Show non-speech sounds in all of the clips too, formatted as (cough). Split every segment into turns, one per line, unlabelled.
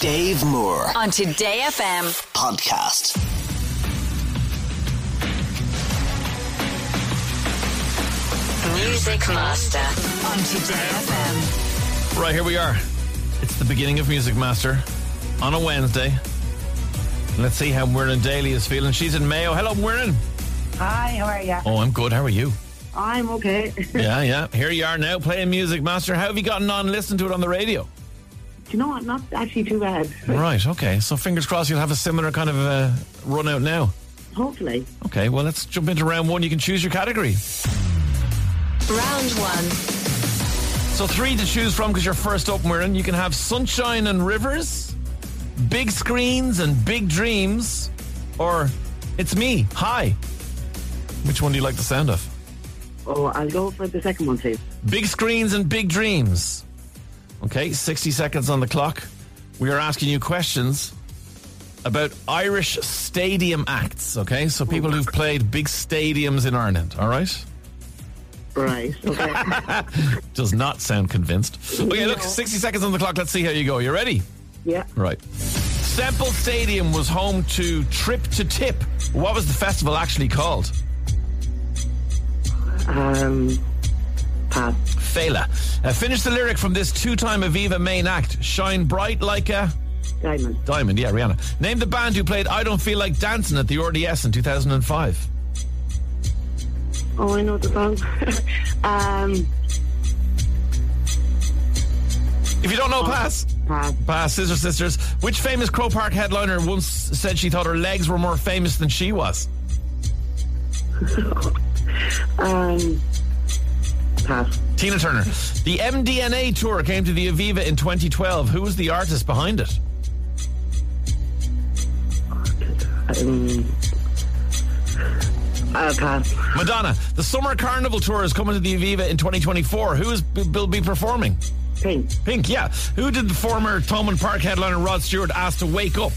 Dave Moore
on Today FM.
podcast.
Music Master on Today FM.
Right, here we are. It's the beginning of Music Master on a Wednesday. Let's see how Myrna Daly is feeling. She's in Mayo. Hello, Myrna.
Hi, how are you?
Oh, I'm good. How are
(laughs)
you?
I'm okay. (laughs) Do
Yeah, yeah. Here you are now playing Music Master. How have you gotten on? Listen to it on the radio.
you know what? Not actually too bad.
Right, okay. So fingers crossed you'll have a similar kind of uh, run out now.
Hopefully.
Okay, well, let's jump into round one. You can choose your category.
Round one.
So three to choose from because you're first up, Myrna. You can have Sunshine and Rivers, Big Screens and Big Dreams, or It's Me, Hi. Which one do you like the sound of?
Oh, I'll go for the second one, please.
Big Screens and Big Dreams. Okay, 60 seconds on the clock. We are asking you questions about Irish stadium acts, okay? So people who've played big stadiums in Ireland, all right?
Right. Okay.
Does not sound convinced. Okay, look,
No.
60 seconds on the clock. Let's see how you go. You ready?
yeah.
Right. Semple Stadium was home to Trip to Tip. What was the festival actually called?
Um. Pass.
Fela. Uh, finish the lyric from this two time Aviva main act Shine Bright Like a
Diamond.
Diamond. Yeah, Rihanna. Name the band who played I Don't Feel Like Dancing at the RDS in 2005.
Oh, I know the song. (laughs) um.
If you don't know, pass.
Pass.
Pass. Scissor Sisters. Which famous Crow Park headliner once said she thought her legs were more famous than she was?
Um. Pass.
Tina Turner. The MDNA tour came to the Aviva in 2012. Who was the artist behind it?
Um. Uh, pass.
Madonna, the Summer Carnival Tour is coming to the Aviva in 2024. Who is will be performing?
Pink.
Pink, yeah. Who did the former Thomond Park headliner Rod Stewart ask to wake up?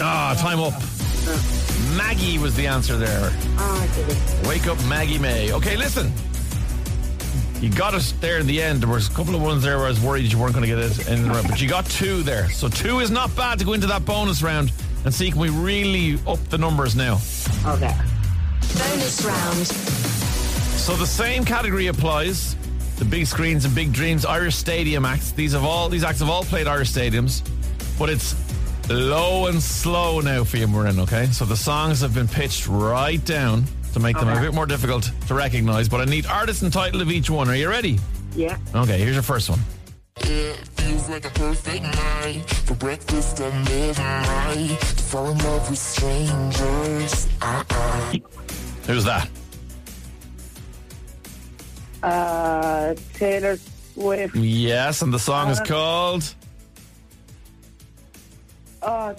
Ah, time up. Maggie was the answer there.
Oh, I did it.
Wake up, Maggie May. Okay, listen. You got us there in the end. There was a couple of ones there where I was worried you weren't going to get it in the round, but you got two there. So two is not bad to go into that bonus round and see can we really up the numbers now.
Okay.
Bonus round.
So the same category applies. The big screens and big dreams, Irish stadium acts. These have all these acts have all played Irish stadiums, but it's low and slow now for you, Marin. Okay, so the songs have been pitched right down to make them a
Okay.
bit more difficult to recognise. But I need artist and title of each one. Are you ready?
Yeah.
Okay, here's your first one.
It feels like a perfect night for breakfast at midnight. To fall in love with strangers. Uh uh.
Who's that?
Uh, Taylor Swift.
Yes, and the song is called.
Oh,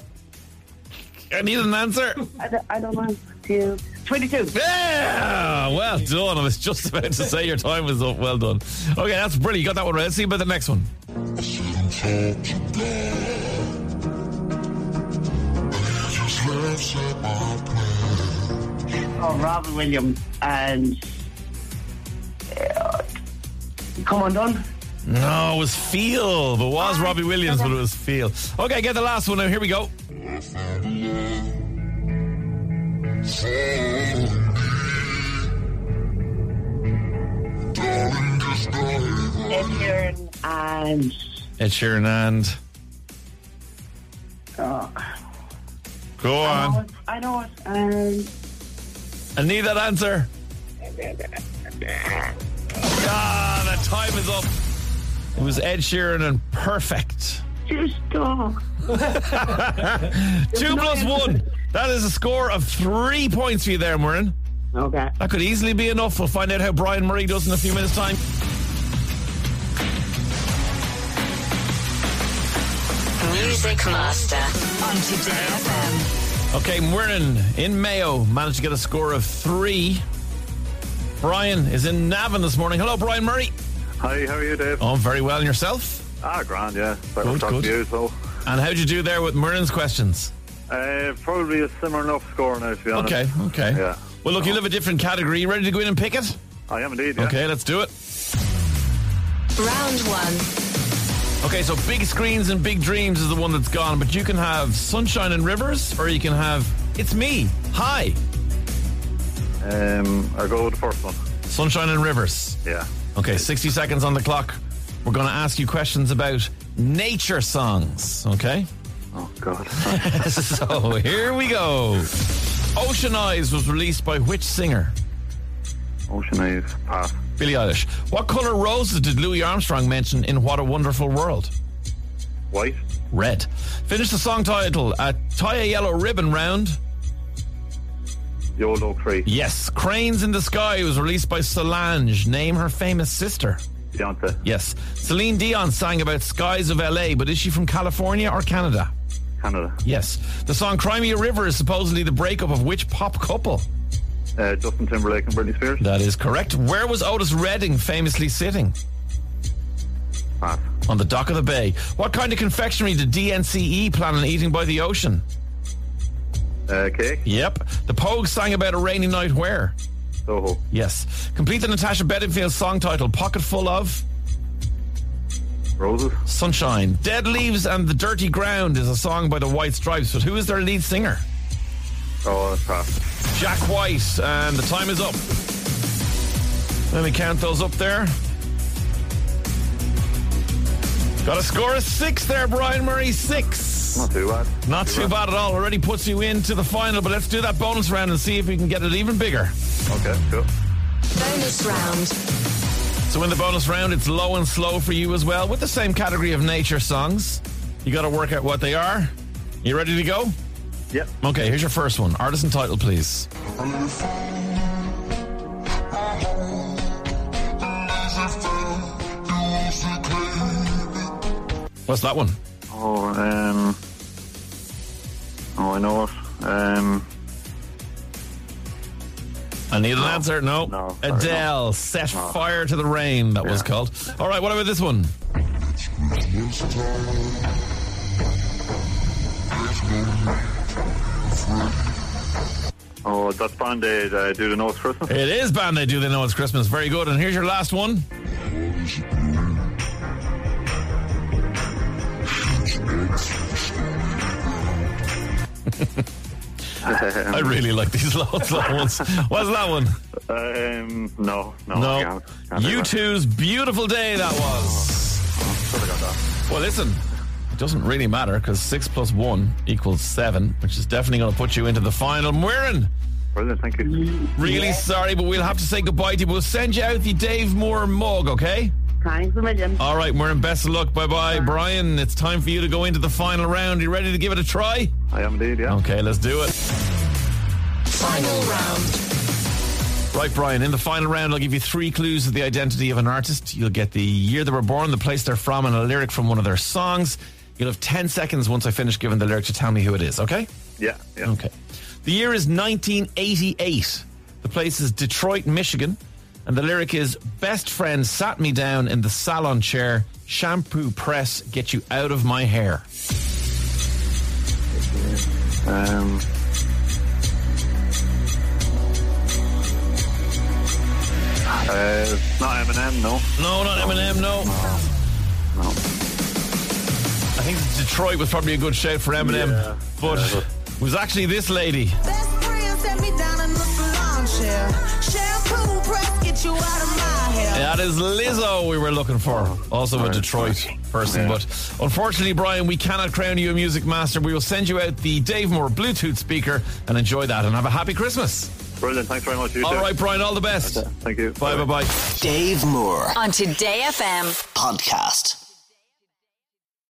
I need an answer.
I don't, I don't know. Two. Twenty-two.
Yeah, well done. I was just about to say your time was up. Well done. Okay, that's brilliant. You got that one right. Let's see about the next one.
I shouldn't talk to God. I just laughs at my plan.
Oh, Robin Williams and. Uh, come on, Don.
No, it was Feel, but it was Robbie Williams, but it was Feel. Okay, get the last one now. Here we go.
I found a love so deep. Darling, just dive
Ed Sheeran and
Ed Sheeran and. Go on.
I know it. And
I need that answer. Ah, the time is up. It was Ed Sheeran and Perfect.
just talk.
Two plus one. That is a score of three points for you there, Murren.
Okay.
That could easily be enough. We'll find out how Brian Murray does in a few minutes' time.
Music Master on Today FM.
Okay, Murren in Mayo managed to get a score of three. Brian is in Navan this morning. Hello, Brian Murray.
Hi, how are you, Dave?
Oh, very well. And yourself?
Ah, grand, yeah. But
Oh. Good,
we're talking
good.
to you, so.
And how'd you do there with Murren's questions?
Uh, probably a similar enough score now, to be honest.
Okay, okay.
Yeah.
Well, look, you live a different category. You ready to go in and pick it?
I am indeed, yeah.
Okay, let's do it.
Round one.
Okay, so big screens and big dreams is the one that's gone, but you can have sunshine and rivers, or you can have it's me. Hi,
Um, I'll go with the first one.
sunshine and rivers.
Yeah.
Okay, 60 seconds on the clock. We're going to ask you questions about nature songs. Okay,
Oh,
(laughs)
God.
so here we go. Ocean Eyes was released by which singer?
Ocean Eyes. Pass.
Billie Eilish. What color roses did Louis Armstrong mention in What a Wonderful World?
White.
Red. Finish the song title. Uh, tie a yellow ribbon round.
YOLO 3.
Yes. Cranes in the Sky was released by Solange. Name her famous sister.
Beyonce.
Yes. Celine Dion sang about skies of LA, but is she from California or Canada?
Canada.
Yes. The song Crimea River is supposedly the breakup of which pop couple?
Uh, Justin Timberlake and Britney Spears.
That is correct. Where was Otis Redding famously sitting?
Pass.
On the dock of the bay. What kind of confectionery did DNCE E plan on eating by the ocean?
Uh, cake.
Yep. The Pogues sang about a rainy night where?
Soho.
Yes. Complete the Natasha Bedingfield song title, Pocket Full of
Roses.
Sunshine. Dead Leaves and the Dirty Ground is a song by the White Stripes, but who is their lead singer?
Oh, pass.
Jack White, and the time is up. Let me count those up there. Got a score of six there, Brian Murray. Six.
Not too bad.
Not too bad at all. Already puts you into the final, but let's do that bonus round and see if we can get it even bigger.
Okay, cool.
Bonus round.
So in the bonus round, it's low and slow for you as well, with the same category of nature songs. You got to work out what they are. You ready to go?
Yep.
Okay, here's your first one. Artist and title, please. What's that one?
Oh, um. Oh, I know it. Um.
I need an answer. No.
No, sorry,
Adele, set fire to the rain. That was
Yeah.
called. All right. What about this one?
ah.
Oh, that's Band Aid. Uh, do the North
(laughs)
Christmas.
It is Band Aid. Do they know it's Christmas? Very good. And here's your last one. I really like these (laughs) low, slow
(laughs)
ones. What's that one?
Um, no, no. I
No.
can't- can't do
You
that.
two's beautiful day that was.
Should've got that.
Well, listen, it doesn't really matter because six plus one equals seven, which is definitely going to put you into the final. Muirin,
Brilliant, thank you.
really sorry, but we'll have to say goodbye to you. We'll send you out the Dave Moore mug, okay?
Thanks a million.
All right, Muirin, best of luck. Bye bye. Brian, it's time for you to go into the final round. You ready to give it a try?
I am indeed, yeah.
Okay, let's do it.
Final round.
Right, Brian, in the final round, I'll give you three clues of the identity of an artist. You'll get the year they were born, the place they're from, and a lyric from one of their songs. You'll have 10 seconds once I finish giving the lyric to tell me who it is, okay?
Yeah, yeah.
Okay. The year is 1988. The place is Detroit, Michigan. And the lyric is Best friend sat me down in the salon chair, shampoo press, get you out of my hair.
Um. Uh, it's not Eminem, no.
No, not Eminem, no. I think Detroit was probably a good shout for Eminem,
Yeah.
but it was actually this lady.
Best friend set me down in the salon chair. Shampoo press, get you out of my hair.
That is Lizzo we were looking for. Also a Detroit person.
Yeah.
But unfortunately, Brian, we cannot crown you a music master. We will send you out the Dave Moore Bluetooth speaker and enjoy that and have a happy Christmas.
Brilliant, thanks very much. You
All
too.
right, Brian, all the best.
Thank you.
Bye bye bye.
Dave Moore
On Today FM.
podcast.